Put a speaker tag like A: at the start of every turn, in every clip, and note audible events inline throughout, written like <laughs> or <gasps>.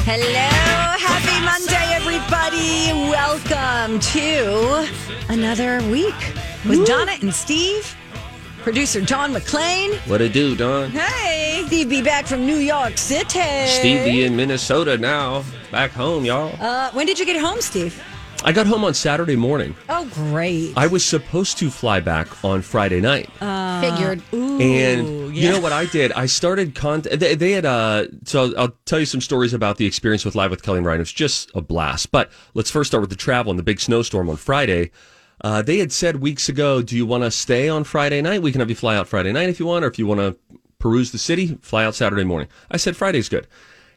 A: Hello, happy Monday, everybody. Welcome to another week with Donna and Steve, producer John McClain.
B: What it do, Don?
A: Hey, Steve be back from New York City.
B: Stevie in Minnesota now. Back home, y'all.
A: Uh, when did you get home, Steve?
B: I got home on Saturday morning.
A: Oh, great.
B: I was supposed to fly back on Friday night.
C: figured.
B: and you know what I did? I started con. They, they had uh. So I'll tell you some stories about the experience with Live with Kelly and Ryan. It was just a blast. But let's first start with the travel and the big snowstorm on Friday. Uh, they had said weeks ago, "Do you want to stay on Friday night? We can have you fly out Friday night if you want, or if you want to peruse the city, fly out Saturday morning." I said Friday's good.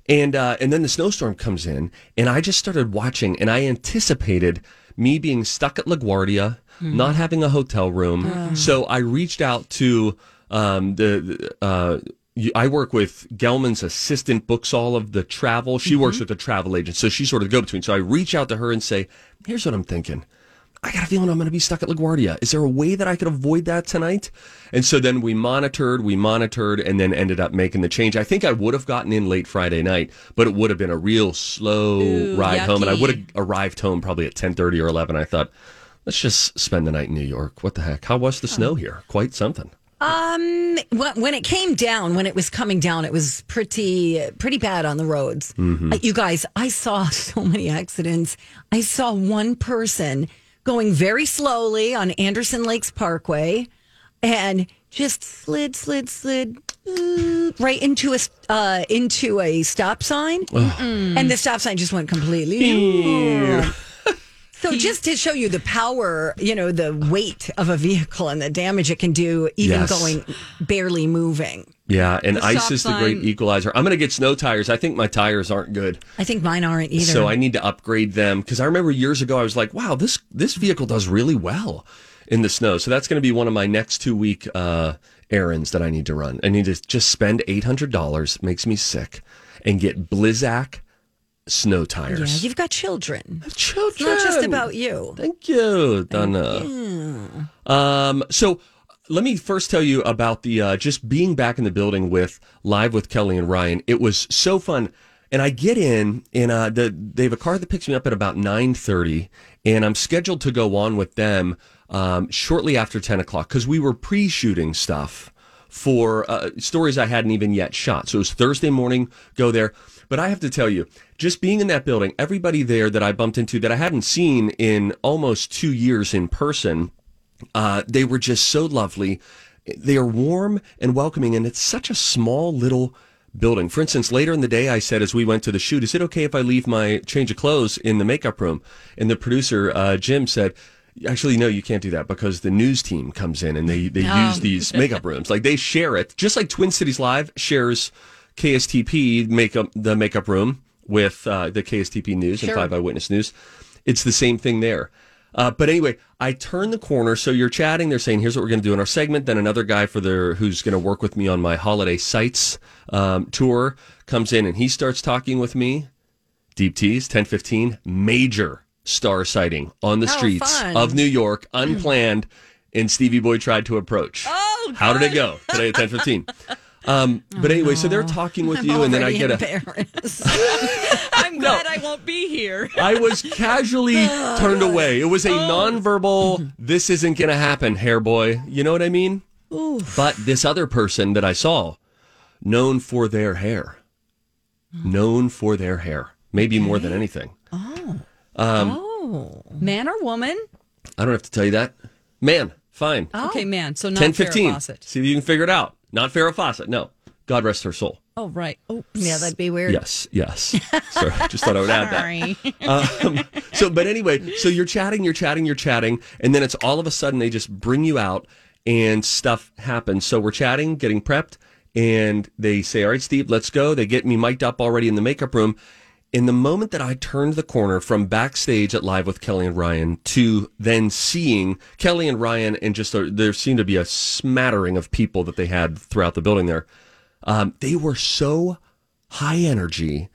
B: And uh, and then the snowstorm comes in, and I just started watching, and I anticipated me being stuck at LaGuardia, not having a hotel room. So I reached out to um, the. the, Uh, you- I work with Gelman's assistant, books all of the travel. She works with a travel agent, so she's sort of the go between. So I reach out to her and say, "Here's what I'm thinking." I got a feeling I'm going to be stuck at LaGuardia. Is there a way that I could avoid that tonight? And so then we monitored, we monitored, and then ended up making the change. I think I would have gotten in late Friday night, but it would have been a real slow ride home, and I would have arrived home probably at 10:30 or 11. I thought, let's just spend the night in New York. What the heck? How was the snow here? Quite something.
A: Um, wh- when it came down, when it was coming down, it was pretty pretty bad on the roads. Uh, you guys, I saw <laughs> so many accidents. I saw one person going very slowly on Anderson Lakes Parkway, and just slid, slid, slid uh, right into a s- uh, into a stop sign, and the stop sign just went completely.
B: <laughs>
A: So just to show you the power, you know, the weight of a vehicle and the damage it can do, even
B: Yes.
A: going barely moving.
B: Yeah, and
C: The
B: ice
C: stop
B: is the great
C: sign.
B: equalizer. I'm going to get snow tires. I think my tires aren't good.
A: I think mine aren't either.
B: So I need to upgrade them because I remember years ago I was like, wow, this this vehicle does really well in the snow. So that's going to be one of my next two week uh, errands that I need to run. I need to just spend eight hundred dollars, makes me sick, and get Blizzak snow
A: yeah,
B: tires.
A: you've got children. It's
B: Children,
A: not just about you.
B: Thank you, uh, Donna. Um, so let me first tell you about the uh, just being back in the building with live with Kelly and Ryan. It was so fun. And I get in, and uh, the, they have a car that picks me up at about nine thirty, and I'm scheduled to go on with them um, shortly after ten o'clock because we were pre-shooting stuff for uh, stories I hadn't even yet shot. So it was Thursday morning, go there. But I have to tell you, just being in that building, everybody there that I bumped into that I hadn't seen in almost two years in person, uh, they were just so lovely. They are warm and welcoming, and it's such a small little building. For instance, later in the day, I said as we went to the shoot, "Is it okay if I leave my change of clothes in the makeup room?" And the producer uh, Jim said. Actually, no, you can't do that because the news team comes in and they, they use these makeup rooms. Like they share it, just like Twin Cities Live shares KSTP makeup the makeup room with uh, the KSTP News and Five Eyewitness News. It's the same thing there. Uh, but anyway, I turn the corner. So you're chatting. They're saying, "Here's what we're going to do in our segment." Then another guy for their who's going to work with me on my holiday sites um, tour comes in and he starts talking with me. Deep tease, ten fifteen, major star sighting on the
A: Oh,
B: streets
A: fun.
B: of
A: <clears throat>
B: New York, unplanned, and Stevie Boy tried to approach.
A: Oh,
B: how did it go today at
A: <laughs>
B: ten fifteen? Um, but anyway, so they're talking with you, and then I
A: Oh, Already
B: <laughs> get a. <laughs>
A: embarrassed.
C: I'm glad I won't be here.
B: I was casually turned away. It was a
C: Oh.
B: nonverbal, this isn't going to happen, hair boy. You know what I mean? But this other person that I saw, known for their hair, known for their hair, maybe more than anything.
A: Oh.
C: Man or woman?
B: I don't have to tell you that. Man, fine.
A: Oh.
C: Okay, man. So not
B: Ten
C: Farrah
B: fifteen.
C: Fawcett.
B: See if you can figure it out. Not Farrah Fawcett. No. God rest her soul.
C: Oh, right. Oh,
A: Yeah, that'd be weird.
B: Yes, yes. Sorry, I just thought I would add that.
C: sorry.
B: <laughs> Um, so, but anyway, so you're chatting, you're chatting, you're chatting, and then it's all of a sudden they just bring you out and stuff happens. So we're chatting, getting prepped, and they say, All right, Steve, let's go. They get me mic'd up already in the makeup room. In the moment that I turned the corner from backstage at Live with Kelly and Ryan to then seeing Kelly and Ryan, and just a, there seemed to be a smattering of people that they had throughout the building there. Um, they were so high energy.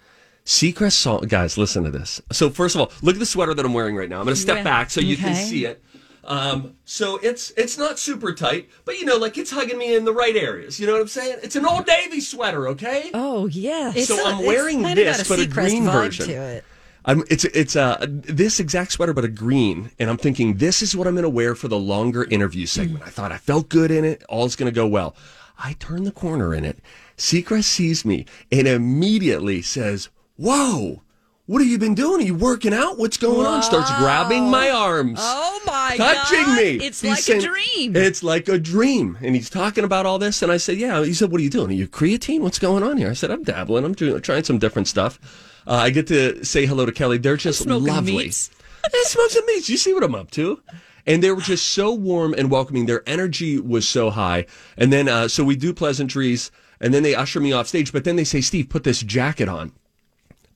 B: Seacrest salt, guys, listen to this. So first of all, look at the sweater that I'm wearing right now. I'm going to step back so you can
A: Okay.
B: see it. Um, so it's it's not super tight, but you know, like it's hugging me in the right areas. You know what I'm saying? It's an old Navy sweater, okay?
A: Oh yes.
B: So
A: It's-
B: I'm
A: it's
B: wearing
A: kind of
B: this,
A: got a
B: but a
A: Seacrest
B: green
A: vibe
B: version.
A: To it.
B: I'm it's it's uh this exact sweater but a green and I'm thinking this is what I'm going to wear for the longer interview segment. I thought I felt good in it, all's going to go well. I turn the corner in it. Seacrest sees me and immediately says, "Whoa. What have you been doing? Are you working out? What's going on?" Starts grabbing my arms
C: Oh, my
B: touching
C: God.
B: me.
C: It's
B: He's
C: like
B: saying,
C: a dream.
B: <laughs> It's like a dream. And he's talking about all this. And I said, Yeah. He said, What are you doing? Are you creatine? What's going on here? I said, I'm dabbling. I'm doing, trying some different stuff. Uh, I get to say hello to Kelly. They're just
C: Smoking
B: lovely.
C: meats.
B: I smoke some meats. You see what I'm up to. And they were just so warm and welcoming. Their energy was so high. And then, uh, so we do pleasantries. And then they usher me off stage. But then they say, Steve, put this jacket on.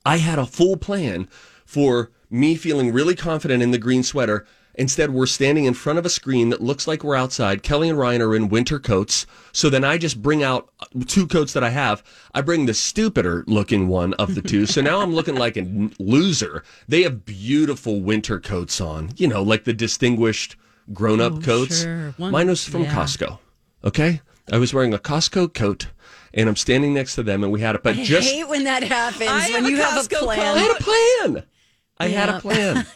B: I had a full plan for me feeling really confident in the green sweater. Instead, we're standing in front of a screen that looks like we're outside. Kelly and Ryan are in winter coats. So then I just bring out two coats that I have. I bring the stupider looking one of the two. So now I'm looking like a n- loser. They have beautiful winter coats on, you know, like the distinguished grown up coats.
C: Oh, sure. One-
B: Mine was from
C: yeah.
B: Costco. Okay. I was wearing a Costco coat and I'm standing next to them and we had it, but
A: I
B: just.
A: hate <laughs> when that happens.
C: I
A: when
C: have a
A: you have a
C: Costco
B: I
A: <laughs> plan.
B: had a plan. I had a
C: <laughs>
B: plan.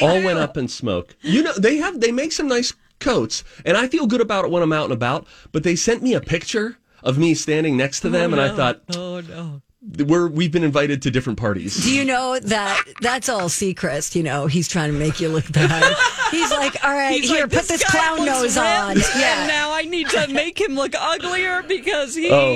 B: All went up in smoke. You know, they have they make some nice coats, and I feel good about it when I'm out and about. But they sent me a picture of me standing next to them, and I thought,
C: Oh, no.
B: we're we've been invited to different parties.
A: Do you know that that's all Seacrest? You know, he's trying to make you look
C: <laughs>
A: bad. He's like, all right,
C: He's
A: here,
C: like,
A: put this
C: guy
A: clown
C: looks
A: nose on.
C: ripped,
A: Yeah.
C: And now I need
A: <laughs>
C: to make him look uglier because he
B: Oh.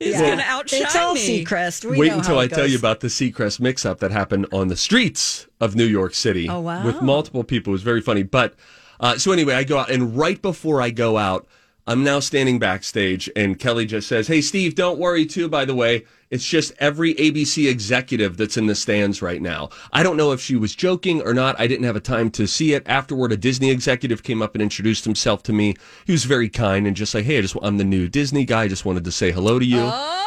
C: is
A: Yeah.
C: going to outshine
A: It's all
C: me.
A: Seacrest. We
B: Wait
A: know
B: until
A: how it
B: I tell
A: goes.
B: you about the Seacrest mix-up that happened on the streets of New York City.
A: Oh, wow.
B: With multiple people, it was very funny. But uh, so anyway, I go out, and right before I go out, I'm now standing backstage, and Kelly just says, "Hey, Steve, don't worry too. By the way, it's just every ABC executive that's in the stands right now. I don't know if she was joking or not. I didn't have a time to see it. Afterward, a Disney executive came up and introduced himself to me. He was very kind and just like, "Hey, I just I'm the new Disney guy. I just wanted to say hello to you."
C: Oh.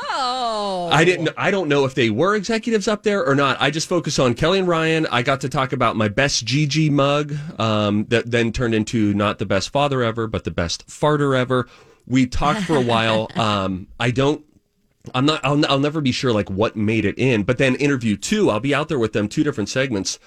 B: I didn't. I don't know if they were executives up there or not. I just focus on Kelly and Ryan. I got to talk about my best GG mug um, that then turned into not the best father ever, but the best farter ever. We talked for a while. Um, I don't. I'm not. I'll, I'll never be sure like what made it in. But then interview two. I'll be out there with them two different segments.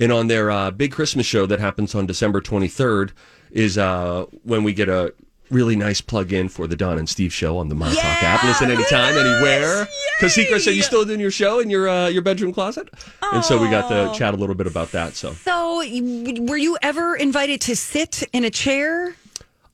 B: And on their uh, big Christmas show that happens on December 23rd is uh, when we get a really nice plug in for the Don and Steve show on the My Talk app. Listen anytime, anywhere. Because Secret said you still doing your show in your uh, your bedroom closet, and so we got to chat a little bit about that. So
A: So, you- were you ever invited to sit in a chair?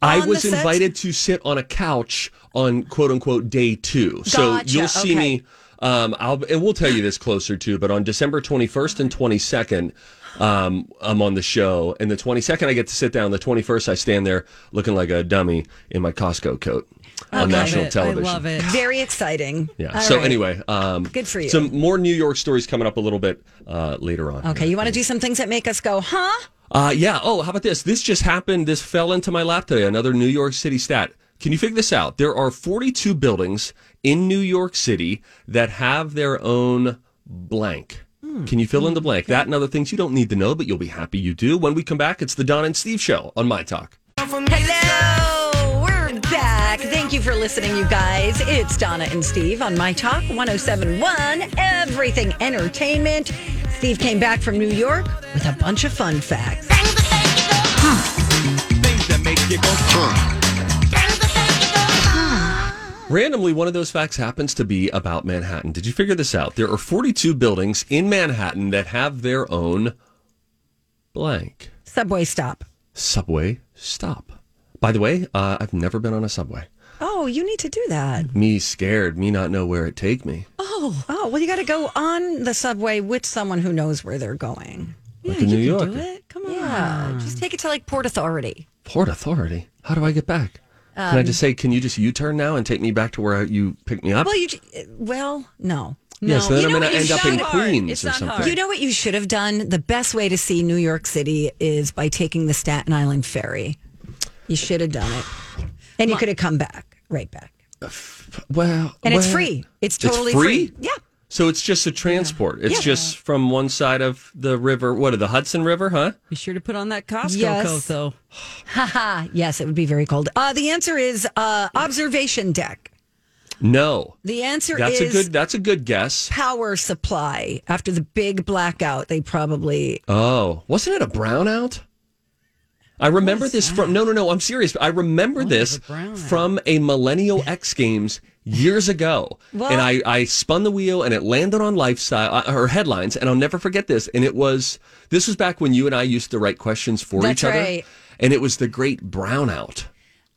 B: I
A: On
B: was
A: the set?
B: invited to sit on a couch on quote unquote day two. So
A: Gotcha,
B: you'll see
A: okay.
B: me. Um, I'll and we'll tell you this closer too. But on December 21st and 22nd, um, I'm on the show, and the 22nd I get to sit down. The 21st I stand there looking like a dummy in my Costco coat on
C: Love
B: national
C: it.
B: television.
C: I love it.
A: Very exciting.
B: Yeah.
A: All
B: so
A: right.
B: anyway, um,
A: Good for you.
B: Some more New York stories coming up a little bit uh, later on.
A: Okay, you want to do some things that make us go, huh?
B: Uh, yeah. Oh, how about this? This just happened. This fell into my lap today. Another New York City stat. Can you figure this out? There are 42 buildings in New York City that have their own blank. Can you fill in the blank? That and other things you don't need to know, but you'll be happy you do. When we come back, it's the Don and Steve show on My Talk.
A: Hello, we're back. Thank you for listening, you guys. It's Donna and Steve on My Talk 1071, Everything Entertainment. Steve came back from New York with a bunch of fun facts.
B: Randomly, one of those facts happens to be about Manhattan. Did you figure this out? There are 42 buildings in Manhattan that have their own blank
A: Subway stop.
B: subway stop. By the way, uh, I've never been on a subway.
A: Oh, you need to do that.
B: Me scared, me not know where it take me.
A: Oh, oh, well, you got to go on the subway with someone who knows where they're going.
B: like in New
C: you
B: York.
C: can do it. Come on.
A: Yeah, Eh, just take it to like Port Authority.
B: Port Authority. How do I get back? can I
C: Um,
B: just say, can you just U turn now and take me back to where you picked me up?
A: Well, you, j- eh, well, no.
B: yeah, so then
C: You
B: I'm
C: know
B: going
C: what?
B: to end
C: It's
B: up in
C: not hard.
B: Queens
C: It's
B: or
C: not
B: something.
C: hard.
A: You know what you should have done? The best way to see New York City is by taking the Staten Island ferry. You should have done it. And you could have come back, right back.
B: Well,
A: And it's
B: well,
A: free. It's totally
B: free?
A: Yeah.
B: So it's just a transport. It's just from one side of the river. What, the Hudson River, huh?
C: Be sure to put on that Costco
A: Yes.
C: coat,
A: <sighs>
C: though.
A: Haha. Yes, it would be very cold. Uh, the answer is uh, observation deck.
B: No.
A: The answer
B: That's a
A: is
B: good that's a good guess.
A: power supply. After the big blackout, they probably
B: Oh, wasn't it a brownout? I remember this from no, no, no. I'm serious. I remember this from a Millennial X Games years ago, and I I spun the wheel and it landed on lifestyle uh, or headlines, and I'll never forget this. And it was this was back when you and I used to write questions for
A: That's
B: each other,
A: right.
B: and it was the Great Brownout,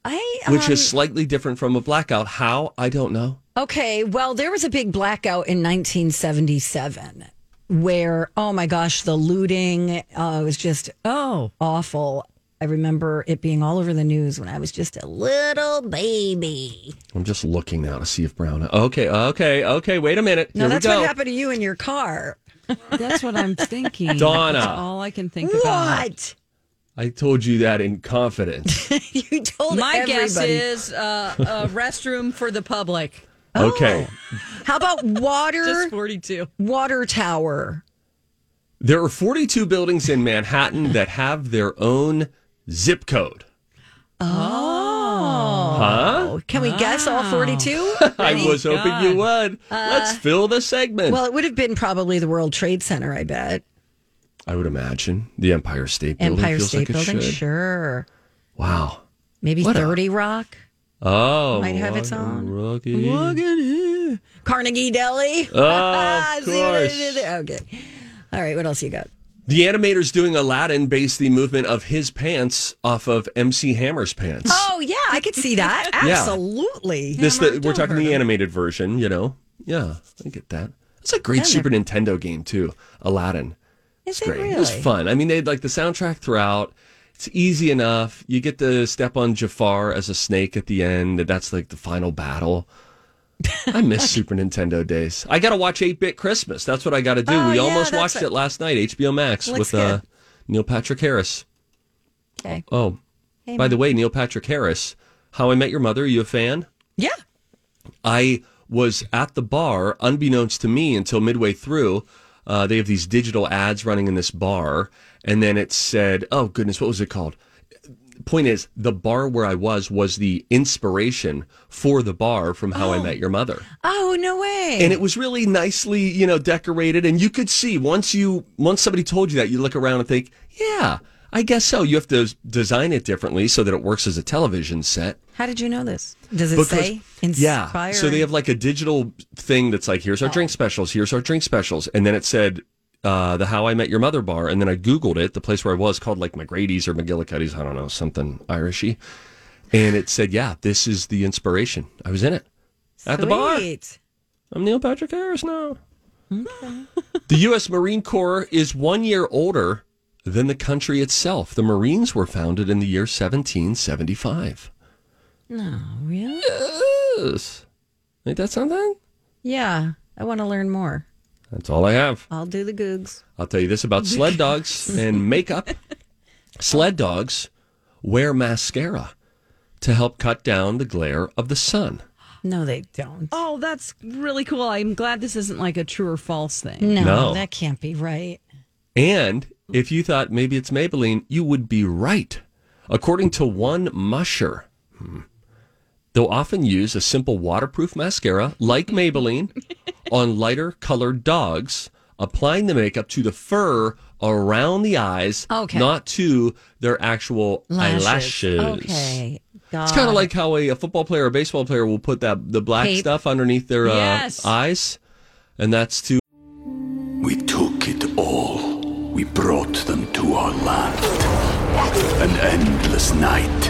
A: I
B: which
A: um,
B: is slightly different from a blackout. How I don't know.
A: Okay, well, there was a big blackout in 1977 where, oh my gosh, the looting uh, was just
C: Oh.
A: awful. I remember it being all over the news when I was just a little baby.
B: I'm just looking now to see if brownout. Okay, okay, okay. Wait a minute.
A: No,
B: Here
A: that's
B: we go.
A: what happened to you in your car.
C: That's what I'm thinking.
A: <laughs>
B: Donna.
C: That's
A: Oh.
C: all I can think about.
A: What?
B: I told you that in confidence.
A: <laughs> You told
C: My
A: everybody.
C: guess is uh,
A: <laughs>
C: a restroom for the public.
A: Oh.
B: Okay.
C: <laughs>
A: How about water
C: Just 42.
A: water tower?
B: There are 42 buildings in Manhattan that have their own zip code. Oh. Huh?
A: Oh, Can we guess all 42?
B: <laughs> I was hoping you would. Let's fill the segment.
A: Uh, well, it would have been probably the World Trade Center, I bet.
B: I would imagine the Empire State Building
A: Empire
B: feels
A: State
B: like it
A: Building,
B: should.
A: sure.
B: Wow.
A: Maybe
B: What a-
A: 30 Rock.
B: Oh.
A: Might have its
B: what a
A: own.
B: rookie.
A: Carnegie Deli. Ah,
B: Oh,
A: <laughs>
B: of
A: See what I
B: course.
A: did there? Okay. All right. What else you got?
B: The animator's doing Aladdin based the movement of his pants off of MC Hammer's pants.
A: Oh yeah, I could
B: <laughs>
A: see that.
B: Yeah.
A: Absolutely.
B: this the, we're talking the animated version, you know. Yeah, I get that. It's a great Super Nintendo game too, Aladdin.
A: Is
B: It's
A: it
B: great.
A: really?
B: It was fun. I mean, they had like the soundtrack throughout. It's easy enough. You get to step on Jafar as a snake at the end. and That's like the
A: <laughs>
B: final battle. I miss Super Nintendo days. I got to watch 8 Bit Christmas. That's what I got to do.
A: Oh,
B: we
A: yeah,
B: almost
A: that's
B: watched
A: a-
B: it last night, HBO Max,
A: Looks
B: with uh, Neil Patrick Harris.
A: Okay.
B: Oh, by the way, Neil Patrick Harris, How I Met Your Mother, are you a fan?
A: Yeah.
B: I was at the bar, unbeknownst to me, until midway through. Uh, they have these digital ads running in this bar, and then it said, "Oh goodness, what was it called?" Point is, the bar where I was was the inspiration for the bar from How I Met Your Mother,
A: Oh no way.
B: and it was really nicely, you know, decorated, and you could see once you once somebody told you that, you look around and think, "Yeah, I guess so." You have to design it differently so that it works as a television set.
A: How did you know this? Does it
B: Because-
A: say?
B: Yeah. So they have like a digital thing that's like, here's our drink specials, here's our drink specials. And then it said, uh, the How I Met Your Mother bar. And then I Googled it, the place where I was called like McGrady's or McGillicuddy's, I don't know, something Irishy. And it said, yeah, this is the inspiration. I was in it at the bar.
A: Sweet.
B: I'm Neil Patrick Harris now. the U.S. Marine Corps is one year older than the country itself. The Marines were founded in the year 1775.
A: No, really?
B: Yes. Ain't that something?
A: Yeah. I want to learn more.
B: That's all I have.
A: I'll do the googs.
B: I'll tell you this about sled dogs and makeup. Sled dogs wear mascara to help cut down the glare of the sun.
A: No, they don't.
C: Oh, that's really cool. I'm glad this isn't like a true or false thing.
A: No,
B: No.
A: that can't be right.
B: And if you thought maybe it's Maybelline, you would be right. According to one musher, hmm, they'll often
A: <laughs>
B: use a simple waterproof mascara like Maybelline on lighter colored dogs applying the makeup to the fur around the eyes,
A: Okay.
B: not to their actual eyelashes.
A: Okay. God.
B: It's kind of like how a, a football player or baseball player will put that the black
A: Tape.
B: stuff underneath their uh,
C: Yes.
B: eyes, and that's to
D: We took it all. We brought them to our land. An endless night,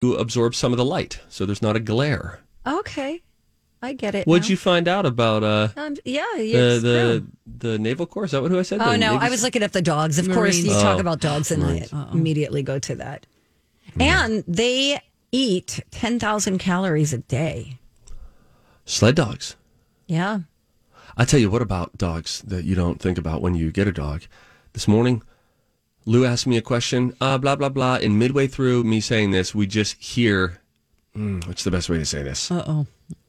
B: to absorb some of the light, so there's not a glare.
A: okay. I get it.
B: What'd
A: now.
B: you find out about uh,
A: Um, yeah.
B: the
A: it's
B: the
A: true.
B: the naval corps? Is that what who I said?
A: Oh
B: The
A: no,
B: Navy-
A: I was looking up the dogs. Of course,
C: Marines.
A: you talk
B: Oh,
A: about dogs, and
B: Marines.
A: I immediately go to that. And they eat ten thousand calories a day.
B: sled dogs.
A: Yeah.
B: I tell you what about dogs that you don't think about when you get a dog. This morning, Lou asked me a question. Uh, blah blah blah. And midway through me saying this, we just hear. Mm, what's the best way to say this?
C: Uh oh.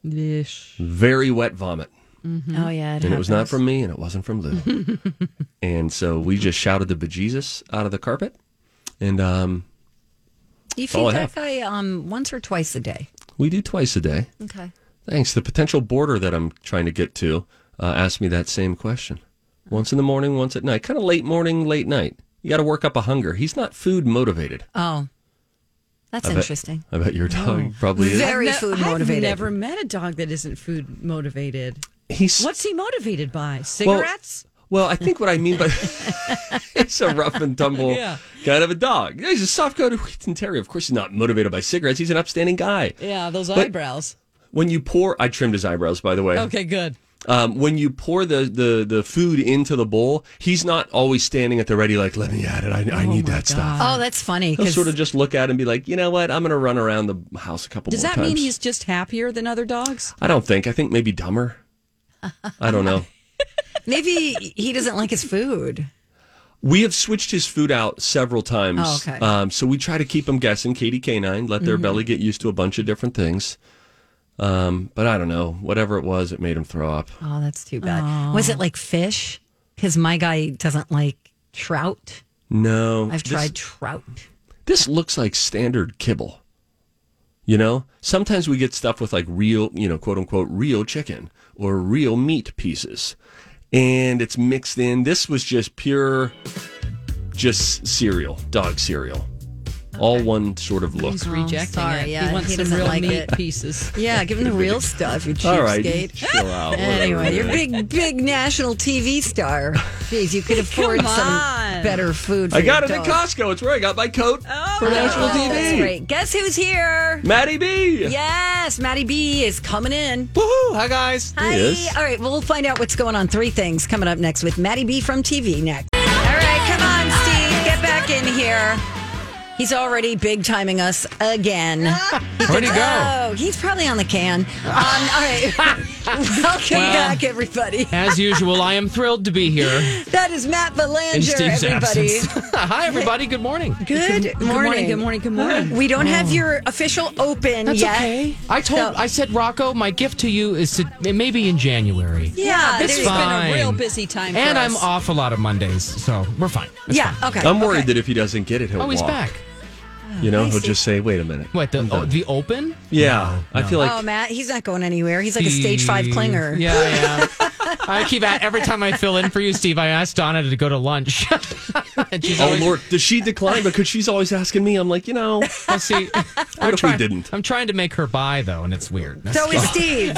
C: Ish.
B: Very wet vomit.
A: Oh yeah.
B: and it was not from me and it wasn't
A: <laughs>
B: from Lou. and so we just shouted the bejesus out of the carpet. And um,
A: You
B: all I
A: feed that
B: have.
A: guy um, once or twice a day.
B: we do twice a day.
A: Okay.
B: Thanks. The potential boarder that I'm trying to get to uh, asked me that same question. Once in the morning, once at night. Kind of late morning, late night. You got to work up a hunger. He's not food motivated.
C: Uh,
A: Oh, that's
B: I bet-
A: interesting.
B: I bet your dog probably is.
A: Very food motivated.
C: I've never met a dog that isn't food motivated.
B: He's
C: What's he motivated by? Cigarettes?
B: Well, I think what
C: <laughs>
B: I mean by <laughs> it's a rough and tumble
C: Yeah.
B: kind of a dog. Yeah, He's a soft coated wheaten terrier. Of course, he's not motivated by cigarettes. He's an upstanding guy.
C: yeah, those
B: But-
C: eyebrows.
B: When you pour, I trimmed his eyebrows, by the way.
C: Okay, good.
B: Um, when you pour the, the the food into the bowl, he's not always standing at the ready, like, let me at it. I, I need that stuff.
A: oh, that's funny.
B: He'll
A: 'cause-
B: sort of just look at it and be like, you know what? I'm going to run around the house a couple
C: Does
B: more
C: that
B: times.
C: mean he's just happier than other dogs?
B: I don't think. I think maybe dumber. I don't know.
A: maybe he doesn't like his food.
B: We have switched his food out several times.
A: Oh, okay.
B: Um, so we try to keep him guessing. Katie Canine, let their belly get used to a bunch of different things. Um, but I don't know. Whatever it was, it made him throw up.
A: Oh, that's too bad. Was it like fish? Because my guy doesn't like trout.
B: No.
A: I've
B: this-
A: tried trout.
B: This looks like standard kibble. You know? Sometimes we get stuff with like real, you know, quote unquote, real chicken or real meat pieces. And it's mixed in. This was just pure, just cereal, dog cereal. All one sort of look.
C: He's Oh, rejecting
A: sorry,
C: it.
A: yeah,
C: he wants
A: he
C: some
A: doesn't
C: real
A: like
C: meat
A: it.
C: pieces.
A: Yeah, give him the real stuff. You
B: <laughs> All right,
A: cheapskate. <laughs>
B: chill out. whatever,
A: Anyway,
B: <laughs>
A: you're a
B: man.
A: big, big national TV star. Jeez, you could afford some
C: on.
A: better food. For
B: I got it
A: your
B: at
A: dog.
B: Costco. It's where I got my coat for national
A: Oh, that's
B: TV.
A: great. Guess who's here?
B: Maddie B.
A: Yes, Maddie B is coming in.
B: Woohoo! Hi guys.
A: Hi. All right, well, we'll find out what's going on. Three things coming up next with Maddie B from TV next. All right, come on, Steve, get back in here. He's already big timing us again.
E: Where'd he go?
A: Oh, he's probably on the can. Um, all
E: <laughs>
A: right, welcome back, everybody.
E: As usual, I am thrilled to be here
A: That is Matt
E: in
A: Belanger,
E: Steve's
A: everybody.
E: absence. <laughs> Hi, everybody. Good morning.
A: Good, morning.
C: <laughs> Good morning. Good morning. Oh.
A: We don't have your official open yet.
E: I
A: So-
E: told, I said, Rocco, my gift to you is to maybe in January.
A: Yeah,
C: this
A: there
C: has
A: you
C: been
A: go.
C: a
E: fine.
C: real busy time.
E: And
C: for
E: I'm
C: us.
E: off a lot of Mondays, so we're fine. It's
A: Yeah,
E: fine.
A: okay.
B: I'm worried
A: okay. Oh,
B: that if he doesn't get it, he'll
E: Oh, he's
B: walk.
E: back.
B: You know,
A: I
B: he'll
A: see.
B: just say, "Wait a minminute
E: What the oh, the open?
B: Yeah, I feel like
A: oh, Matt, he's not going anywhere. He's like a stage five
E: The-
A: clinger.
E: Yeah, yeah. I keep at every time I fill in for you, Steve. I ask Donna to go to lunch. <laughs> and she's
B: Oh
E: always,
B: Lord, does she decline? Because she's always asking me. I'm like, you know,
E: <laughs> Well, see,
B: what if we
E: trying- <laughs>
B: didn't?
E: I'm trying to make her buy though, and it's weird.
A: So is
E: <laughs>
A: Steve.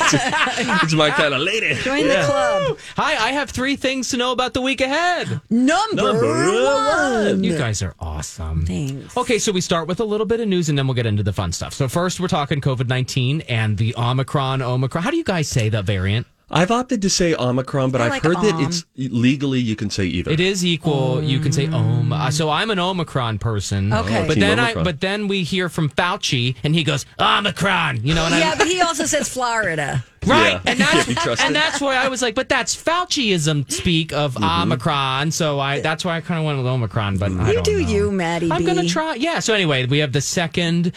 B: It's my kind of lady.
A: Join the club.
E: Hi, I have three things to know about the
A: <gasps>
E: week ahead.
A: Number,
B: Number
A: one.
E: You guys are awesome.
A: Thanks.
E: Okay, so we start with a little bit of news and then we'll get into the fun stuff. So first we're talking COVID-19 and the Omicron Omicron. How do you guys say that variant?
B: I've opted to say Omicron, but
A: I
B: I've
A: like
B: heard that
A: Om.
B: it's legally you can say either.
E: It is equal. You can say Om. uh, So I'm an Omicron person.
A: Okay.
E: But
B: Oh, Team
E: then I
B: Omicron.
E: but then we hear from Fauci and he goes, "Omicron." You know, and
A: Yeah,
E: I'm
A: but he also says Florida.
E: Right,
B: Yeah. <laughs>
E: and
B: You
E: that's
B: trust
E: and
B: it.
E: that's why I was like, but that's Fauciism speak of Omicron. So I that's why I kind of went with Omicron, but <laughs> I
A: You
E: don't
A: do
E: know.
A: you, Maddie.
E: I'm
A: B.
E: gonna try. Yeah. So anyway, we have the second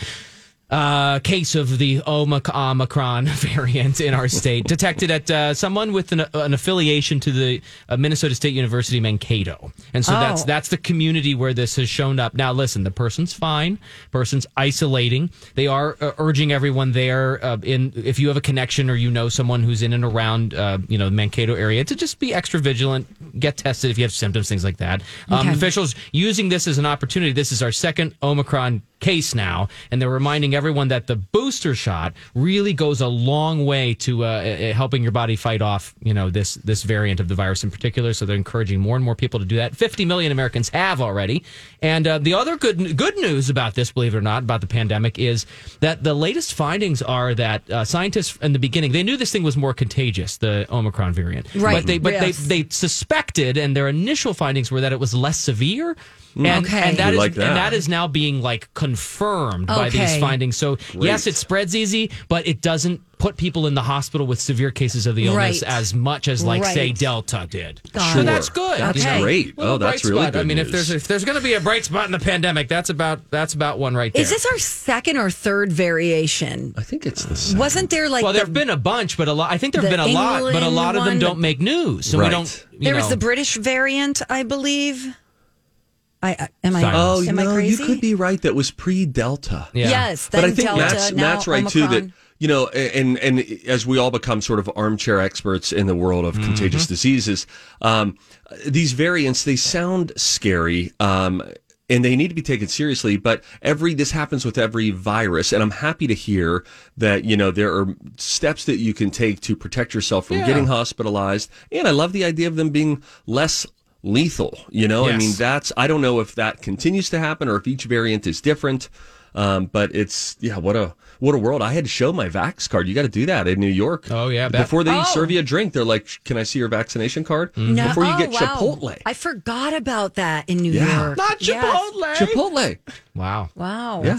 E: uh, case of the Omic- Omicron <laughs> variant in our state, detected at uh, someone with an, an affiliation to the uh, Minnesota State University Mankato, and so that's
A: Oh.
E: that's the community where this has shown up. Now, listen, the person's fine, person's isolating. They are uh, urging everyone there uh, in if you have a connection or you know someone who's in and around uh, you know the Mankato area to just be extra vigilant, get tested if you have symptoms, things like that. Um,
A: Okay.
E: Officials using this as an opportunity. This is our second Omicron case now, and they're reminding everyone that the booster shot really goes a long way to uh, uh, helping your body fight off, you know, this this variant of the virus in particular. So they're encouraging more and more people to do that. Fifty million Americans have already. And uh, the other good good news about this, believe it or not, about the pandemic is that the latest findings are that uh, scientists in the beginning they knew this thing was more contagious, the Omicron variant,
A: Right.
E: But they but
A: Yes.
E: they they suspected and their initial findings were that it was less severe and,
A: Okay.
E: and that
B: We
E: is
B: like that.
E: and that is now being like confirmed by these
A: Okay.
E: findings so yes it spreads easy but it doesn't put people in the hospital with severe cases of the illness
A: Right.
E: as much as like say
A: Right.
E: delta did
A: Got
E: so
A: it.
E: that's good
B: That's
A: Okay.
B: great.
E: Little
B: Oh, that's
E: bright
B: really
E: spot.
B: good.
E: i mean if
B: news.
E: there's if there's going to be a bright spot in the pandemic that's about that's about one right there
A: Is this our second or third variation?
B: I think it's the same.
A: Wasn't there like
E: well,
A: the-
E: there have been a bunch, but a lot. I think there have
A: the
E: been a lot, but a
A: England
E: lot of them
A: one,
E: don't
A: the-
E: make news, so we
B: Right.
E: don't. You
A: there
E: know.
A: was the British variant, I believe. I, I am I
B: Oh,
A: am
B: no,
A: I crazy?
B: you could be right. That was pre-Delta.
E: Yeah.
A: Yes,
B: but
A: then
B: I think
A: Delta,
B: Matt's,
A: now
B: Matt's right too. That
A: Omicron.
B: you know, a- and and as we all become sort of armchair experts in the world of contagious diseases, um, these variants they sound scary. Um, and they need to be taken seriously, but every this happens with every virus, and I'm happy to hear that you know there are steps that you can take to protect yourself from getting hospitalized. And I love the idea of them being less lethal. You know, I
E: Yes.
B: mean that's I don't know if that continues to happen or if each variant is different. Um, but it's yeah, what a what a world. I had to show my vax card. You got to do that in New York.
E: Oh, yeah, that-
B: before they
A: Oh.
B: serve you a drink, they're like, "Can I see your vaccination card?"
E: Mm-hmm.
A: No-
B: Before you
A: oh,
B: get
A: wow.
B: Chipotle,
A: I forgot about that in New
B: Yeah.
A: York.
E: not
A: Yes.
E: Chipotle.
B: Chipotle.
E: Wow.
A: Wow.
B: Yeah,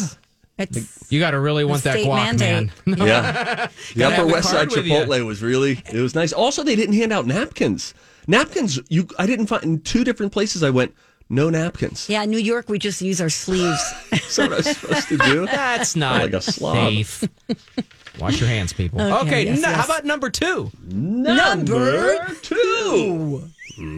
A: It's,
E: You got to really want that
A: state
E: guac,
A: mandate. <laughs>
E: man. <laughs>
B: yeah. the
E: have
B: Upper
E: the
B: West Side
E: card with you.
B: Chipotle was really it was nice. Also, they didn't hand out napkins. Napkins. You, I didn't find in two different places. I went no napkins. <laughs>
A: yeah, New York, we just use our
E: <gasps>
A: sleeves.
B: That's what I was supposed to do.
E: That's not
B: Like a slob.
E: safe. Wash your hands, people. Okay,
A: yes,
E: n- how
A: yes.
E: about number two?
A: <laughs> Number
B: two.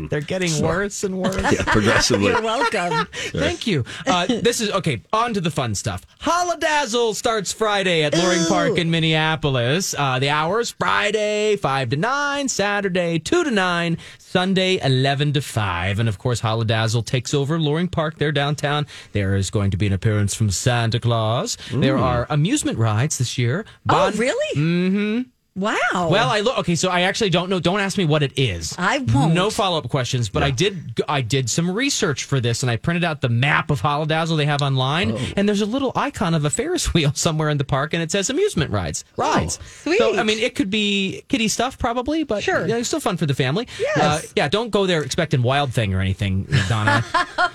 E: They're getting worse and worse.
B: Yeah, progressively.
A: You're welcome.
E: Thank you. Uh, this is okay. On to the fun stuff. Holodazzle starts Friday at Loring Park in Minneapolis. Uh, the hours Friday five to nine, Saturday two to nine, Sunday eleven to five, and of course Holodazzle takes over Loring Park. They're downtown. There is going to be an appearance from Santa Claus. There are amusement rides this year.
A: Oh,
E: Bon-
A: really? Mm-hmm. Wow.
E: Well, I look okay. So I actually don't know. Don't ask me what it is.
A: I won't.
E: No follow up questions. But I did. I did some research for this, and I printed out the map of Holodazzle they have online. And there's a little icon of a Ferris <laughs> wheel somewhere in the park, and it says amusement rides. Rides. So
A: Oh, sweet.
E: I mean, it could be kiddie stuff, probably, but
A: Sure.
E: you know, it's still fun for the family. Yes. yeah. Don't go there expecting Wild Thing or anything,
A: <laughs>
E: Donna.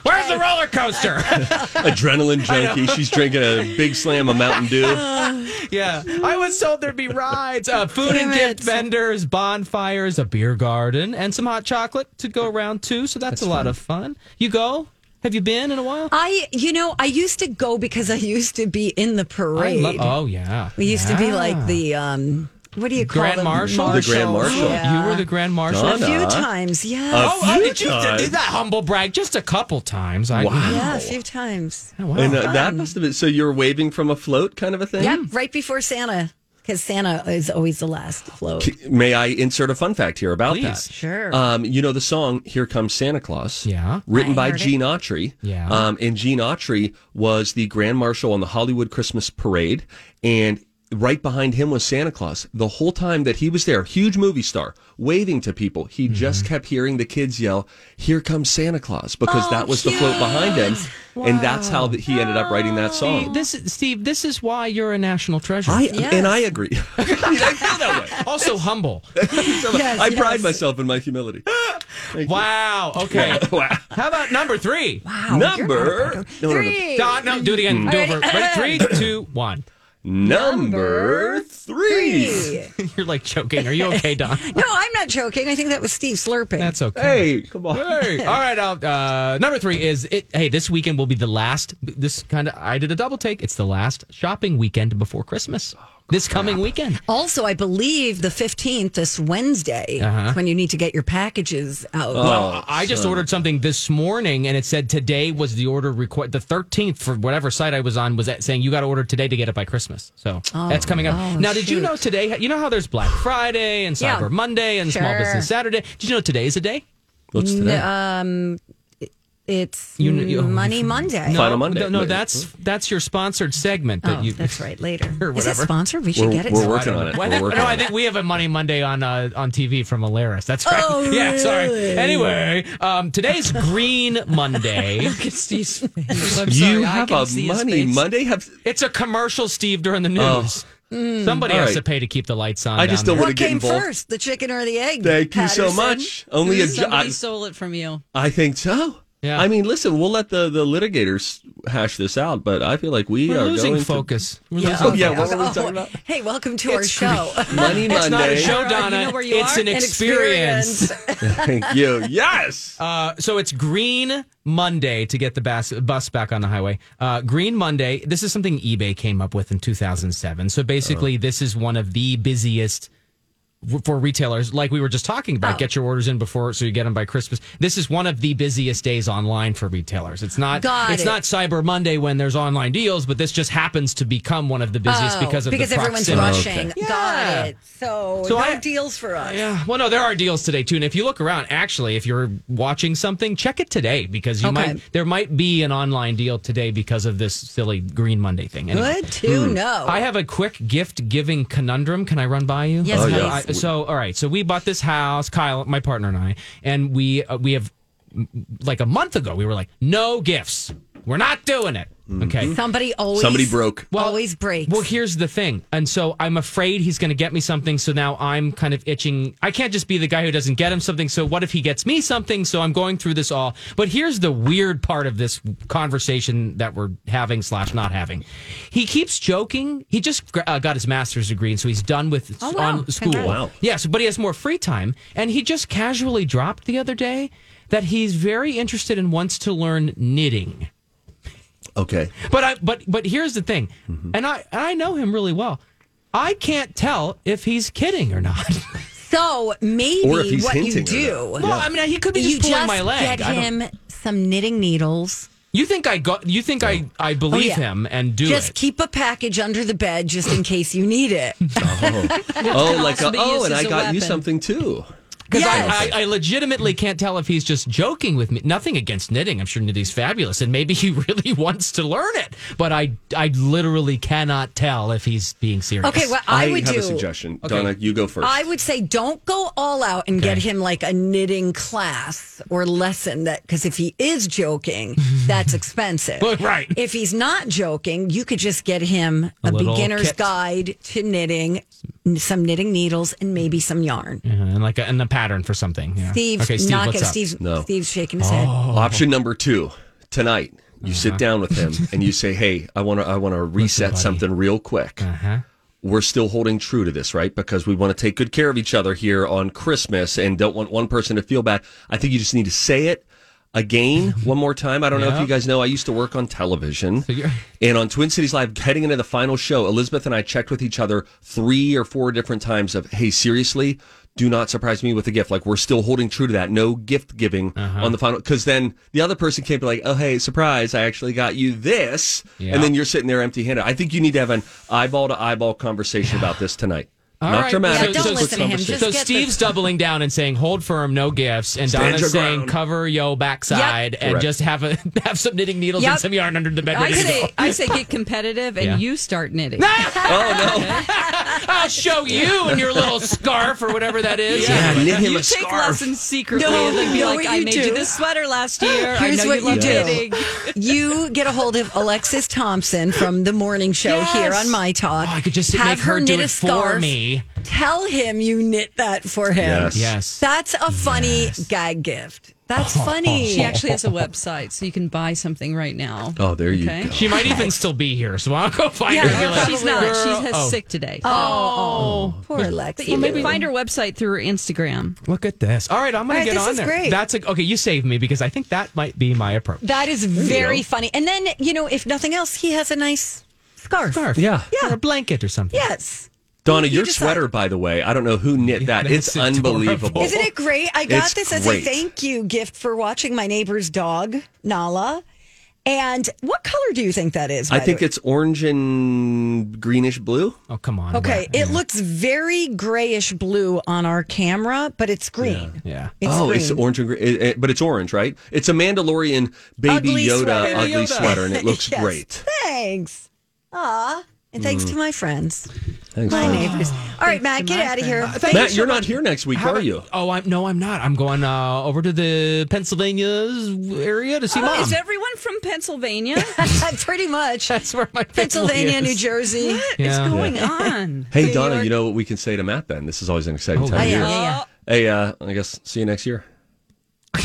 E: Where's the roller coaster?
B: adrenaline junkie. She's drinking a big slam of Mountain Dew.
E: Oh, Yeah, I was told there'd be rides, uh, food and gift vendors, bonfires, a beer garden, and some hot chocolate to go around too. So that's, a lot of fun. You go? Have you been in a while?
A: I, you know, I used to go because I <laughs> used to be in the
E: I
A: parade.
E: love- oh yeah,
A: we used to be
E: Yeah.
A: like the, um, what do you call
E: grand
A: them?
E: marshal.
B: The grand marshal.
A: Yeah.
E: You were the grand marshal.
A: a few
B: Donna.
A: times, yeah.
E: Oh, oh,
B: few
E: did you
B: times.
E: did that humble brag just a couple times? I,
B: Wow. uh,
A: yeah, a few times.
E: Oh, wow. Mm.
B: And uh, that must have been so you're waving from a float kind of a thing?
A: Yep, right before Santa because Santa is always the last to float.
B: May I insert a fun fact here about that?
E: Please.
A: Sure.
B: Um, you know the song "Here Comes Santa Claus,"
E: Yeah.
B: written
A: I
B: by
A: heard it.
B: Gene Autry.
E: Yeah.
B: um, and Gene Autry was the grand marshal on the Hollywood Christmas Parade, and right behind him was Santa Claus. The whole time that he was there, huge movie star, waving to people, he just kept hearing the kids yell, "Here comes Santa Claus," because
A: Oh,
B: that was the float behind him, and that's how that he ended up writing that
E: Steve,
B: song.
E: this is, Steve, this is why you're a national treasure.
B: I
A: Yes.
B: and I agree. I feel that way.
E: also humble.
B: So I pride
A: yes.
B: myself in my humility.
E: Wow. Okay.
B: <laughs> Wow.
E: How about number three?
A: Wow, you're
B: Number-
A: not a-
B: no, no, no.
A: three.
E: No, no, do it again.
A: Mm.
E: Do it over. Ready? Three, two, one. <laughs>
B: Number three.
A: Three.
E: You're like choking. Are you okay, Don?
A: <laughs> No, I'm not joking. I think that was Steve slurping.
E: That's okay.
B: Hey, come on.
E: Hey, all right. I'll- Uh, number three is it. Hey, this weekend will be the last. This kind of I did a double take. It's the last shopping weekend before Christmas.
A: Oh,
E: this coming weekend.
A: also, I believe the 15th, this Wednesday, is when you need to get your packages out.
E: Uh-huh. Oh. Well, I just ordered something this morning, and it said today was the order request. The thirteenth for whatever site I was on was at saying you got to order today to get it by Christmas. So that's coming up. now, did you
A: Oh, shoot.
E: know today? You know how there's Black Friday and
A: Yeah.
E: Cyber Monday and Small
A: Sure.
E: Business Saturday. Did you know today is a day?
B: What's today?
A: it's
E: You kn- you- <laughs>
A: Money Monday.
B: Final Monday.
E: No, no, that's that's your sponsored segment. That
A: oh,
E: you,
A: that's right. Later.
E: <laughs> Or
A: Is it
E: whatever.
A: sponsored? We should
B: We're-
A: get it.
B: we're
A: sponsored.
B: working on it.
E: Well,
B: We're
E: I-
B: working
E: no,
B: on
E: I
B: it.
E: think we have a Money Monday on uh, on TV from Alaris. That's right.
A: Oh,
E: <laughs> yeah, sorry.
A: really?
E: Anyway, um, today's Green Monday.
B: you have a money Monday. Have
E: it's a commercial, Steve, during the news. Somebody
B: all
E: has
B: right.
E: to pay to keep the lights on.
B: I just don't
E: down there.
B: wanna
A: What
B: get
A: came
B: involved.
A: first, the chicken or the egg?
B: thank you so
A: Patterson?
B: much. Only a jo-
C: Somebody
B: I-
C: stole it from you.
B: I think so.
E: Yeah.
B: I mean, listen, we'll let the, the litigators hash this out, but I feel like we
E: We're
B: are
E: losing
B: going
E: focus. We're
B: To,
E: losing
B: oh, yeah,
E: focus.
B: what were we talking about?
A: Hey, welcome to our show. <laughs>
E: <laughs>
B: Money Monday.
E: It's not a show,
C: You
E: Donna.
C: know where you
E: it's
C: are?
E: an
C: An
E: experience.
B: <laughs> Thank you. Yes.
E: Uh, so it's Green Monday to get the bas- bus back on the highway. Uh, Green Monday. This is something eBay came up with in 2007. So basically,
A: Oh.
E: this is one of the busiest w- for retailers. Like we were just talking about,
A: Oh.
E: get your orders in before so you get them by Christmas. This is one of the busiest days online for retailers. It's not.
A: Got
E: it's
A: it.
E: not Cyber Monday when there's online deals, but this just happens to become one of the busiest
A: Oh,
E: because of the
A: everyone's
E: proximity.
A: rushing.
E: Yeah.
A: Got it. So,
E: So
A: no
E: I-
A: deals for us.
E: Yeah. Well, no, there are deals today too. And if you look around, actually, if you're watching something, check it today because you
A: Okay.
E: might there might be an online deal today because of this silly Green Monday thing. Anyway,
A: Good to know.
E: Hmm. I have a quick gift giving conundrum. Can I run by you?
A: Yes, Oh, yeah.
E: I- so, all right. So we bought this house, Kyle, my partner and I, and we uh, we have m- like a month ago. We were like, no gifts. We're not doing it. Okay.
A: Somebody always
B: Somebody broke.
A: always breaks.
E: Well, here's the thing. And so I'm afraid he's going to get me something. So now I'm kind of itching. I can't just be the guy who doesn't get him something. So what if he gets me something? So I'm going through this all. But here's the weird part of this conversation that we're having slash not having. He keeps joking. He just gra- uh, got his master's degree. And so he's done with
A: Oh, wow.
E: on school.
A: Congrats.
B: Wow.
E: Yes, but he has more free time. And he just casually dropped the other day that he's very interested and wants to learn knitting.
B: Okay.
E: But I but but here's the thing, and I and I know him really well. I can't tell if he's kidding or not.
A: so maybe
B: Or if he's
A: what you
B: hinting at
A: do.
B: it.
E: well, I mean, he could be just
A: you
E: pulling
A: just
E: my leg.
A: get
E: I don't-
A: him some knitting needles.
E: you think I got? You think I I believe
A: Oh, yeah.
E: him and do
A: Just
E: it?
A: keep a package under the bed just in case you need
E: <laughs>
A: it.
B: Oh, like,
C: also
B: a,
C: be
B: oh,
C: used
B: and
C: as
B: I
C: a
B: got you
C: weapon.
B: something too.
E: Because
A: Yes.
E: I, I, I legitimately can't tell if he's just joking with me. Nothing against knitting. I'm sure knitting's fabulous, and maybe he <laughs> really wants to learn it. But I I literally cannot tell if he's being serious.
A: Okay, what I, would
B: have
A: do
B: a suggestion. Donna, you go first.
A: I would say don't go all out and get him like a knitting class or lesson that because if he is
E: <laughs>
A: joking, that's expensive.
E: Well, right.
A: If he's not joking, you could just get him a,
E: A little
A: beginner's
E: kit.
A: guide to knitting, n- some knitting needles, and maybe some yarn.
E: Yeah, Uh-huh, and like a, and a pattern for something. Yeah.
A: Steve's
E: okay, Steve,
A: not
E: what's
A: gonna-
E: up? Oh.
A: Steve's,
B: No.
A: Steve's shaking his head.
B: Option number two tonight. You sit down with
E: <laughs>
B: him and you say, "Hey, I want to. I want to reset
E: Uh-huh. buddy. Uh-huh.
B: something real quick. We're still holding true to this, right? Because we want to take good care of each other here on Christmas and don't want one person to feel bad. I think you just need to say it
E: <laughs>
B: again one more time. I don't know if
E: Yeah.
B: you guys know. I used to work on television,
E: you're-
B: and on Twin Cities Live, heading into the final show, Elizabeth and I checked with each other three or four different times of, "Hey, seriously." do not surprise me with a gift. Like we're still holding true to that. No gift giving
E: Uh-huh.
B: on the final because then the other person can't be like, oh hey, surprise! I actually got you this,
E: Yeah.
B: and then you're sitting there empty handed. I think you need to have an eyeball to eyeball conversation about this tonight.
E: All
B: not
E: right,
B: dramatic.
E: so-
B: just
E: so-
B: a quick
A: listen to him, just
B: conversation.
E: so
A: get the-
E: Steve's doubling down and saying, "Hold firm, no gifts," and
B: Stand
E: Donna's
B: your
E: saying,
B: ground.
E: "Cover yo backside," and
B: Correct.
E: just have a <laughs> have some knitting needles
C: Yep.
E: and some yarn under the bed.
C: I
E: Ready to
A: <laughs>
E: go.
C: say, I say get competitive and
E: Yeah.
C: you start knitting.
B: oh no.
E: I'll show you and your little scarf or whatever
A: <laughs>
E: that is.
B: Yeah, knit him
C: you
B: a
C: take
B: scarf.
C: lessons secretly
A: No,
C: and then be
A: no,
C: like,
A: what
C: I
A: you
C: made
A: do-
C: you this sweater last
A: <laughs>
C: year. I
A: Here's
C: know
A: what
C: you, love
A: you do.
C: knitting."
A: <laughs> you get a hold of Alexis Thompson from the morning show
E: Yes.
A: here on My Talk.
E: Oh, I could just
A: have
E: make her, do
A: knit a
E: it
A: scarf.
E: for me.
A: Tell him you knit that for him.
B: Yes.
E: Yes. Oh,
A: That's a funny gag gift. That's funny.
C: She actually has a website, so you can buy something right now.
B: Oh, there you
C: Okay.
B: go.
E: She might even still be here, so I'll go find her. and be
C: Yeah,
E: like,
C: she's not. She
E: "Girl."
C: has
E: Oh,
C: sick today.
A: Oh, poor Alexis.
C: But you can find her website through her Instagram.
E: Look at this. All right, I'm
A: All
E: gonna
A: right,
E: get
A: this
E: on
A: is
E: there.
A: great.
E: That's a, okay. You saved me because I think that might be my approach.
A: That is very funny. And then, you know, if nothing else, he has a nice scarf.
E: Scarf.
B: Yeah.
E: Or a blanket or something.
A: Yes.
B: Donna, your
A: decide.
B: sweater, by the way, I don't know who knit that. It's
E: that's adorable.
B: unbelievable.
A: Isn't it great? I got
B: Uh-huh. It's
A: this as
B: great.
A: a thank you gift for watching my neighbor's dog, Nala. And what color do you think that is?
B: I
A: by
B: think
A: the way?
B: it's orange and greenish blue.
E: Oh come on.
A: Okay,
E: Yeah.
A: it looks very grayish blue on our camera, but it's green.
E: Yeah.
A: It's
B: oh,
A: green.
B: it's orange and green, it, it- but it's orange, right? It's a Mandalorian baby
A: Ugly
B: Yoda
A: sweater.
B: ugly
A: Baby Yoda.
B: sweater, and it looks
A: <laughs> Yes.
B: great.
A: Thanks. Aw. And thanks
B: Mm.
A: to my friends,
B: Thanks.
A: my
B: Matt.
A: neighbors. All right, Matt, get out of here. Thank
B: Ah. Matt, you're not here next week,
E: How
B: are
E: about-
B: you?
E: Oh, I'm no, I'm not. I'm going uh, over to the Pennsylvania area to
A: Oh,
E: see mom.
C: Is everyone from Pennsylvania?
A: <laughs> Pretty much.
E: <laughs> That's where my family
A: Pennsylvania,
E: is.
A: New Jersey.
C: What is
E: Yeah.
C: going
A: <laughs>
C: on?
B: Hey, Donna, you know what we can say to Matt then? This is always an exciting time
A: Oh, yeah,
B: of year.
A: yeah,
B: Hey, uh, I guess see you next year.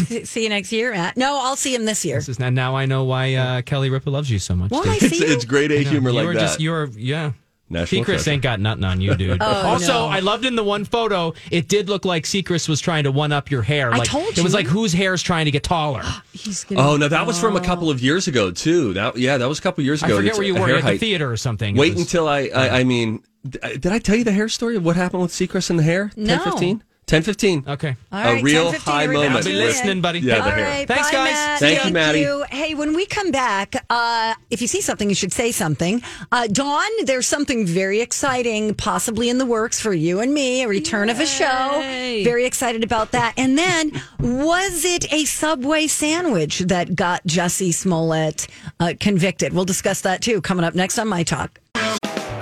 A: yeah. See you next year, Matt. No, I'll see him this year.
E: This is now, now I know why uh, Kelly Ripa loves you so much.
A: Won't
B: <laughs>
E: Dave.
A: I
B: It's,
A: see you?
B: it's grade A humor
E: you
B: like
E: were
B: that.
E: just you're yeah.
B: National
E: Secrets
B: treasure. Oh,
E: ain't got nothing on you,
B: <laughs>
E: dude. also, I loved in the one photo, it did look like Secrets was trying to one up your hair.
A: I
E: Like,
A: told
E: It was
A: you.
E: like whose hair's trying to get
A: <gasps>
E: taller.
C: He's gonna
B: oh no, that was from a couple of years ago too. That yeah, that was a couple of years
E: I
B: ago.
E: forget
B: It's
E: where you
B: a
E: were
B: hair
E: at the
B: height.
E: theater or something. It
B: Wait
E: was-
B: until I, I, I mean, d- uh, did I tell you the hair story of what happened with Seacrest and the hair?
A: No.
B: 10 15? 10 15.
E: Okay.
A: All right,
B: a real
A: 10:15,
B: high
A: everybody.
B: moment.
E: I'll be
A: Yeah.
E: listening, buddy.
B: Yeah, the
A: All
B: hair.
A: right,
E: Thanks,
A: bye,
E: guys.
A: Matt.
B: Thank you, Maddie.
A: Hey, when we come back, uh, if you see something, you should say something. Uh, Dawn, there's something very exciting possibly in the works for you and me. A return of a show.
C: Yay.
A: Very excited about that. And then, was it a Subway sandwich that got Jesse Smollett uh, convicted? We'll discuss that too coming up next on My Talk.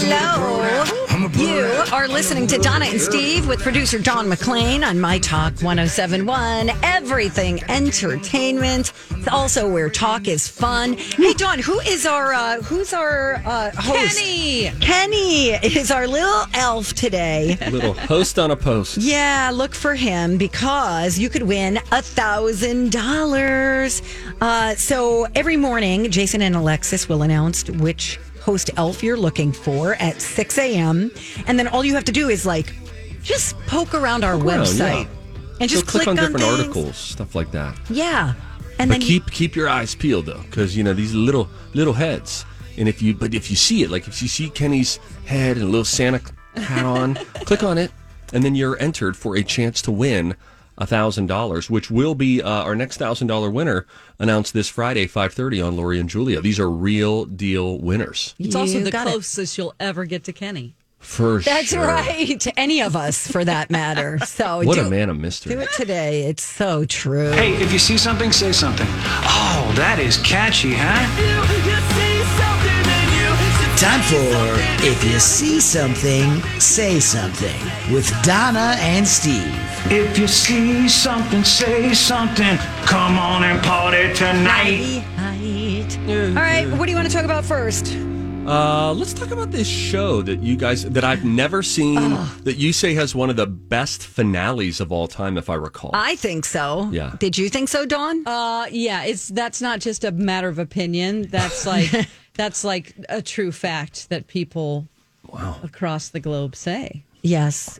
A: Hello. You are listening to Donna and Steve with producer Don McLean on My Talk 1071, Everything Entertainment. It's also where talk is fun. Hey Don, who is our uh, who's our uh, host?
C: Penny.
A: Kenny is our little elf today.
B: Little host on a post.
A: Yeah, look for him because you could win a thousand dollars. Uh, So every morning, Jason and Alexis will announce which host elf you're looking for at 6 a.m. And then all you have to do is like just poke around our
B: around,
A: website and just
B: so click, on, different
A: things.
B: articles, stuff like that.
A: Yeah, and
B: But
A: then
B: keep keep your eyes peeled though, because you know these little little heads. And if you but if you see it, like if you see Kenny's head and a little Santa hat on, click on it, and then you're entered for a chance to win a thousand dollars, which will be uh, our next thousand dollar winner announced this Friday, five thirty on Lori and Julia. These are real deal winners
C: It's also
A: You
C: the
A: got it.
C: closest you'll ever get to Kenny.
B: for
A: that's
B: sure.
A: right. Any of us, for that matter.
C: <laughs>
A: So
B: What
A: Oh, do,
B: a man of mystery.
A: do it today. It's so true.
F: Hey, if you see something, say something. Oh, that is catchy, huh?
G: Time for If You See Something, Say Something with Donna and Steve.
F: If you see something, say something. Come on and party tonight.
A: All right, what do you want to talk about first?
B: Uh, let's talk about this show that you guys that I've never seen that you say has one of the best finales of all time, if I recall.
A: I think so.
B: Yeah.
A: Did you think so, Dawn?
C: Uh, yeah, it's that's not just a matter of opinion.
A: <laughs>
C: That's like that's like a true fact that people across the globe say.
A: Yes.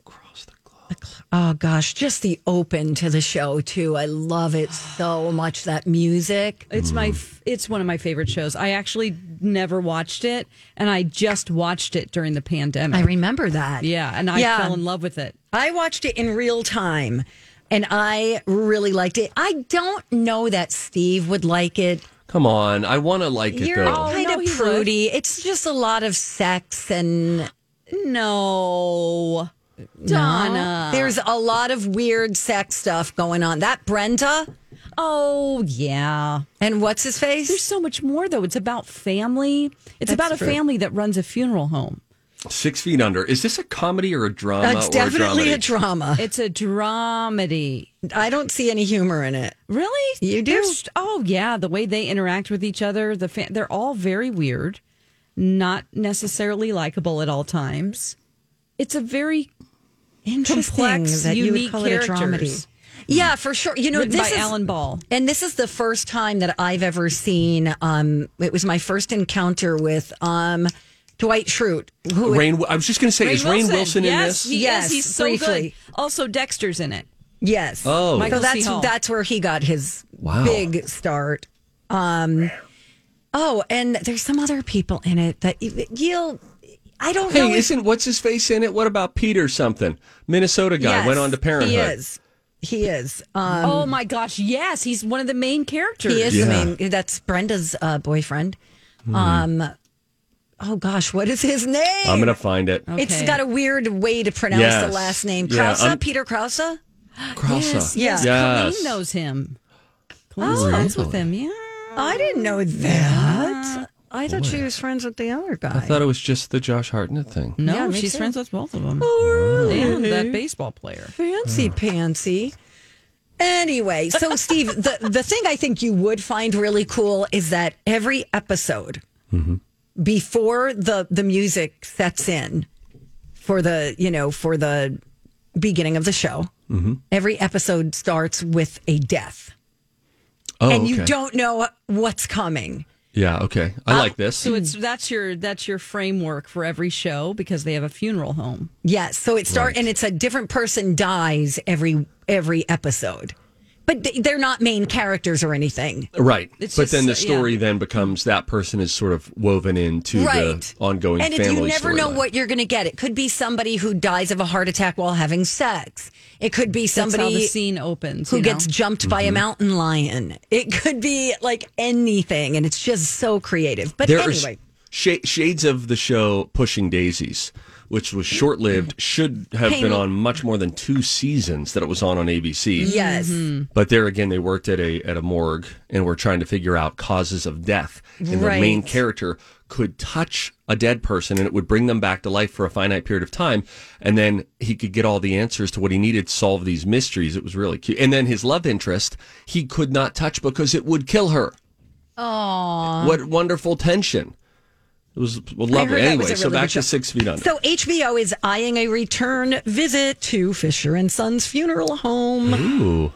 A: Oh gosh, just the open to the show too. I love it so much. That music.
C: It's my f- it's one of my favorite shows. I actually never watched it, and I just watched it during the pandemic.
A: I remember that.
C: yeah, and I
A: Yeah.
C: fell in love with it.
A: I watched it in real time and I really liked it. I don't know that Steve would like it.
B: Come on, I want to like it
A: You're
B: though.
A: kind
C: Oh, no, he
A: of
C: would.
A: prudy. It's just a lot of sex and
C: No,
A: Donna. There's a lot of weird sex stuff going on. That Brenda.
C: Oh yeah.
A: And what's his face?
C: There's so much more though. It's about family. It's
A: That's
C: about a
A: true.
C: family that runs a funeral home.
B: Six Feet Under. Is this a comedy or a drama?
A: That's definitely
B: or
A: a drama.
C: It's a dramedy.
A: I don't see any humor in it.
C: Really?
A: You do?
C: There's- oh yeah, the way they interact with each other, the fa- they're all very weird, not necessarily likable at all times. It's a very complex,
A: that you would
C: unique
A: call it a
C: characters.
A: Yeah, for sure. You know,
C: Written
A: this
C: by
A: is
C: Alan Ball.
A: And this is the first time that I've ever seen. Um, it was my first encounter with um, Dwight Schrute, who
B: Rain. I was just going to say, is Rain Wilson in
C: yes,
B: this?
C: He
A: Yes,
C: is. He's so
A: briefly.
C: good. Also, Dexter's in it.
A: yes,
B: Oh.
C: Michael
A: so that's
C: C. Hall.
A: that's where he got his
B: Wow.
A: big start. Um, oh, and there's some other people in it that you- you'll. I don't know.
B: Hey,
A: if-
B: isn't what's his face in it? What about Peter something? Minnesota guy went
A: Yes,
B: on to Parenthood.
A: He is. He is. Um,
C: oh my gosh, yes, he's one of the main characters.
A: He is the
B: Yeah. Hmm.
A: main. That's Brenda's uh, boyfriend. Um, oh gosh, what is his name?
B: I'm going to find it.
A: It's
C: Okay.
A: got a weird way to pronounce
B: Yes.
A: the last name.
B: Yeah,
A: Krause,
B: I'm-
A: Peter Krause.
B: Krause.
C: Yes,
A: Yeah.
C: yes.
B: Yes.
C: Colleen knows him. Colleen's
B: Oh.
C: friends with him. Yeah.
A: I didn't know that. I thought she was friends with the other guy.
B: I thought it was just the Josh Hartnett thing.
C: No,
A: Yeah, me
C: she's
A: too.
C: friends with both of them. And that baseball player.
B: Hmm.
A: fancy pantsy. Anyway,
B: <laughs>
A: so Steve, the, the thing I think you would find really cool is that every episode
B: Mm-hmm.
A: before the the music sets in for the you know for the beginning of the show,
B: Mm-hmm.
A: every episode starts with a death,
B: Oh,
A: and you
B: okay.
A: don't Uh, know what's coming.
B: Yeah, okay. I like this.
C: So it's that's your that's your framework for every show because they have a funeral home.
A: Yes, so it start and it's a different person dies every every episode, but they- they're not main characters or anything.
B: Right.
C: It's
B: but
C: just,
B: then the
C: uh,
B: story
C: yeah.
B: then becomes that person is sort of woven into the ongoing
A: and
B: family
A: if you never know
B: storyline.
A: what you're going to get it could be somebody who dies of a heart attack while having sex it could be
C: That's how the
A: somebody
C: scene opens.
A: who
C: you know?
A: gets jumped by
B: Mm-hmm.
A: a mountain lion it could be like anything and it's just so creative but
B: There are
A: anyway
B: sh- shades of the show Pushing Daisies, which was short lived, should have
A: Hey,
B: been
A: me-
B: on much more than two seasons that it was on on ABC.
A: yes
C: Mm-hmm.
B: But there again, they worked at a at a morgue and were trying to figure out causes of death. And the main
A: Right.
B: character could touch a dead person, and it would bring them back to life for a finite period of time. And then he could get all the answers to what he needed to solve these mysteries. It was really cute. And then his love interest, he could not touch because it would kill her. Oh, what wonderful tension! It was
A: I
B: lovely.
A: heard that was
B: Anyway,
A: a
B: so
A: really
B: back
A: good
B: to
A: show.
B: Six Feet Under.
A: so hbo is eyeing a return visit to fisher and son's funeral home
B: Ooh,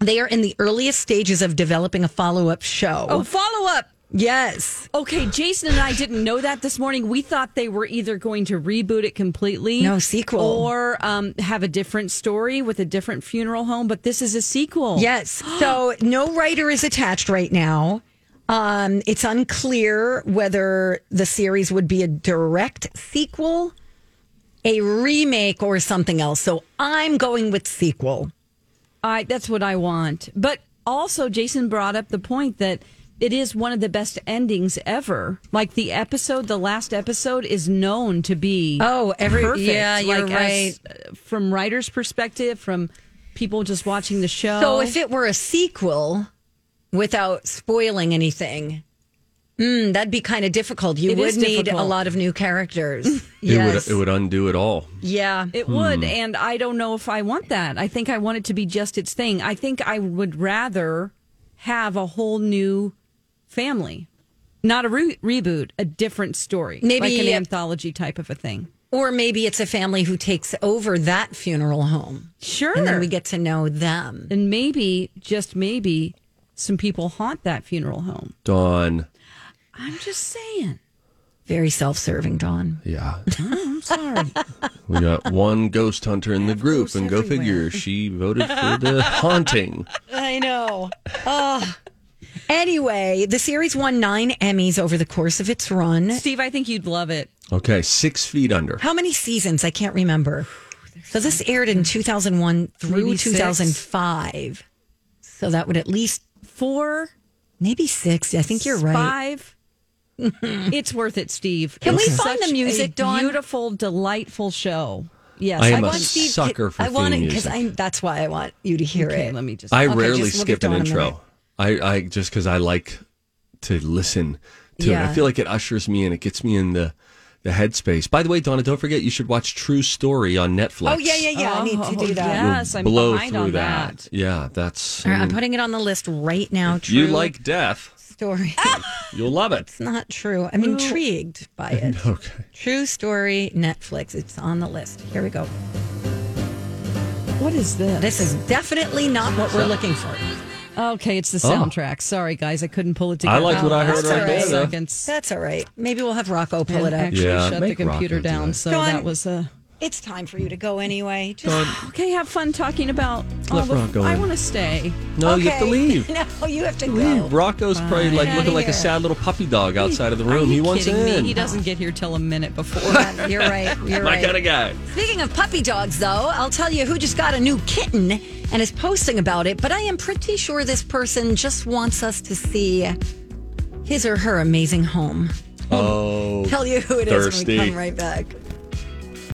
A: they are in the earliest stages of developing a follow-up show
C: Oh, follow up.
A: yes
C: Okay, Jason and I didn't know that this morning. We thought they were either going to reboot it completely,
A: No, sequel.
C: or um, have a different story with a different funeral home. But this is a sequel.
A: Yes. So no writer is attached right now. Um, it's unclear whether the series would be a direct sequel, a remake, or something else. So I'm going with sequel.
C: I that's what I want. But also, Jason brought up the point that it is one of the best endings ever. Like the episode, the last episode is known to be
A: Oh, every-
C: perfect.
A: yeah, you're
C: like,
A: right.
C: as- from writers' perspective, from people just watching the show.
A: So if it were a sequel without spoiling anything, mm, that'd be kind of difficult. You
C: It
A: would
C: is
A: need a
C: difficult.
A: lot of new characters.
B: it would it would undo it all.
A: yeah.
C: It would, and I don't know if I want that. I think I want it to be just its thing. I think I would rather have a whole new family. Not a re- reboot, a different story.
A: Maybe-
C: like an anthology type of a thing.
A: Or maybe it's a family who takes over that funeral home.
C: Sure.
A: And then we get to know them.
C: And maybe, just maybe, some people haunt that funeral home.
B: Dawn.
C: I'm just saying.
A: Very self serving, Dawn.
B: Yeah.
A: Oh,
C: I'm sorry.
B: <laughs> We got one ghost hunter in the group, and go figure, she voted for
A: <laughs>
B: the haunting.
A: I know. Oh. Anyway, the series won nine Emmys over the course of its run.
C: Steve, I think you'd love it.
B: Okay, six feet under.
A: How many seasons? I can't remember. So this aired in 2001 through
C: Maybe six.
A: 2005. So that would at least
C: four,
A: maybe six. I think you're right. <laughs>
C: Five. it's worth it, Steve.
A: Can we
C: It's
A: find
C: such
A: the music,
C: a
A: Dawn?
C: Beautiful, delightful show. Yes,
B: I am a
C: want Steve-
B: sucker for
A: I want
B: theme
A: it because
B: music.
A: I that's why I want you to hear
C: Okay,
A: it.
C: let me just.
B: I
A: Okay,
B: rarely
A: just look at
B: skip an
A: Dawn a
B: intro. I, I just because I like to listen to it.
A: Yeah.
B: I feel like it ushers me in. It gets me in the the headspace. By the way, Donna, don't forget you should watch True Story on Netflix.
A: Oh yeah, yeah, yeah. I need to
C: Oh,
A: do that.
C: yeah. Yes, I'm
B: Blow
C: behind
B: through
C: on
B: that.
C: that.
B: Yeah, that's.
A: All right,
B: I
A: I'm
B: mean,
A: putting it on the list right now.
B: if you
A: True
B: like death,
A: <laughs> story?
B: you'll
A: <laughs>
B: love it.
A: it's not true. I'm intrigued by it.
B: Okay.
A: True story Netflix. It's on the list. Here we go.
C: What is this?
A: This is definitely not what we're looking for.
C: okay. It's the soundtrack. Sorry, guys, I couldn't pull it
B: Oh. I
C: together.
B: liked what I heard
A: that's all
B: right
A: right.
B: there. though.
C: Seconds.
A: That's all right. Maybe we'll have Rocco pull
C: And
A: it up.
C: actually
B: Yeah,
C: shut the
B: make
C: computer
B: Rocco do
C: down.
B: that.
C: So
A: Dawn.
C: that was a.
A: It's time for you to go anyway. Just
C: Okay, have fun talking about. all
B: Let
C: the,
B: Rocco
C: I
B: in.
C: want to stay.
B: No, you have to
A: Okay.
B: leave.
A: <laughs> No, you have to go.
B: Leave. Rocco's probably like
A: Get
B: looking
A: outta
B: like a
A: here.
B: sad little puppy dog outside of the room.
C: Are you
B: He wants
C: kidding
B: in.
C: Me? He doesn't get here till a minute before.
A: Yeah, You're
B: <laughs>
A: right. You're
B: My
A: right.
B: kind of guy.
A: Speaking of puppy dogs, though, I'll tell you who just got a new kitten and is posting about it, but I am pretty sure this person just wants us to see his or her amazing home. <laughs>
B: Oh,
A: Tell you who it is when we
B: Thirsty.
A: come right back.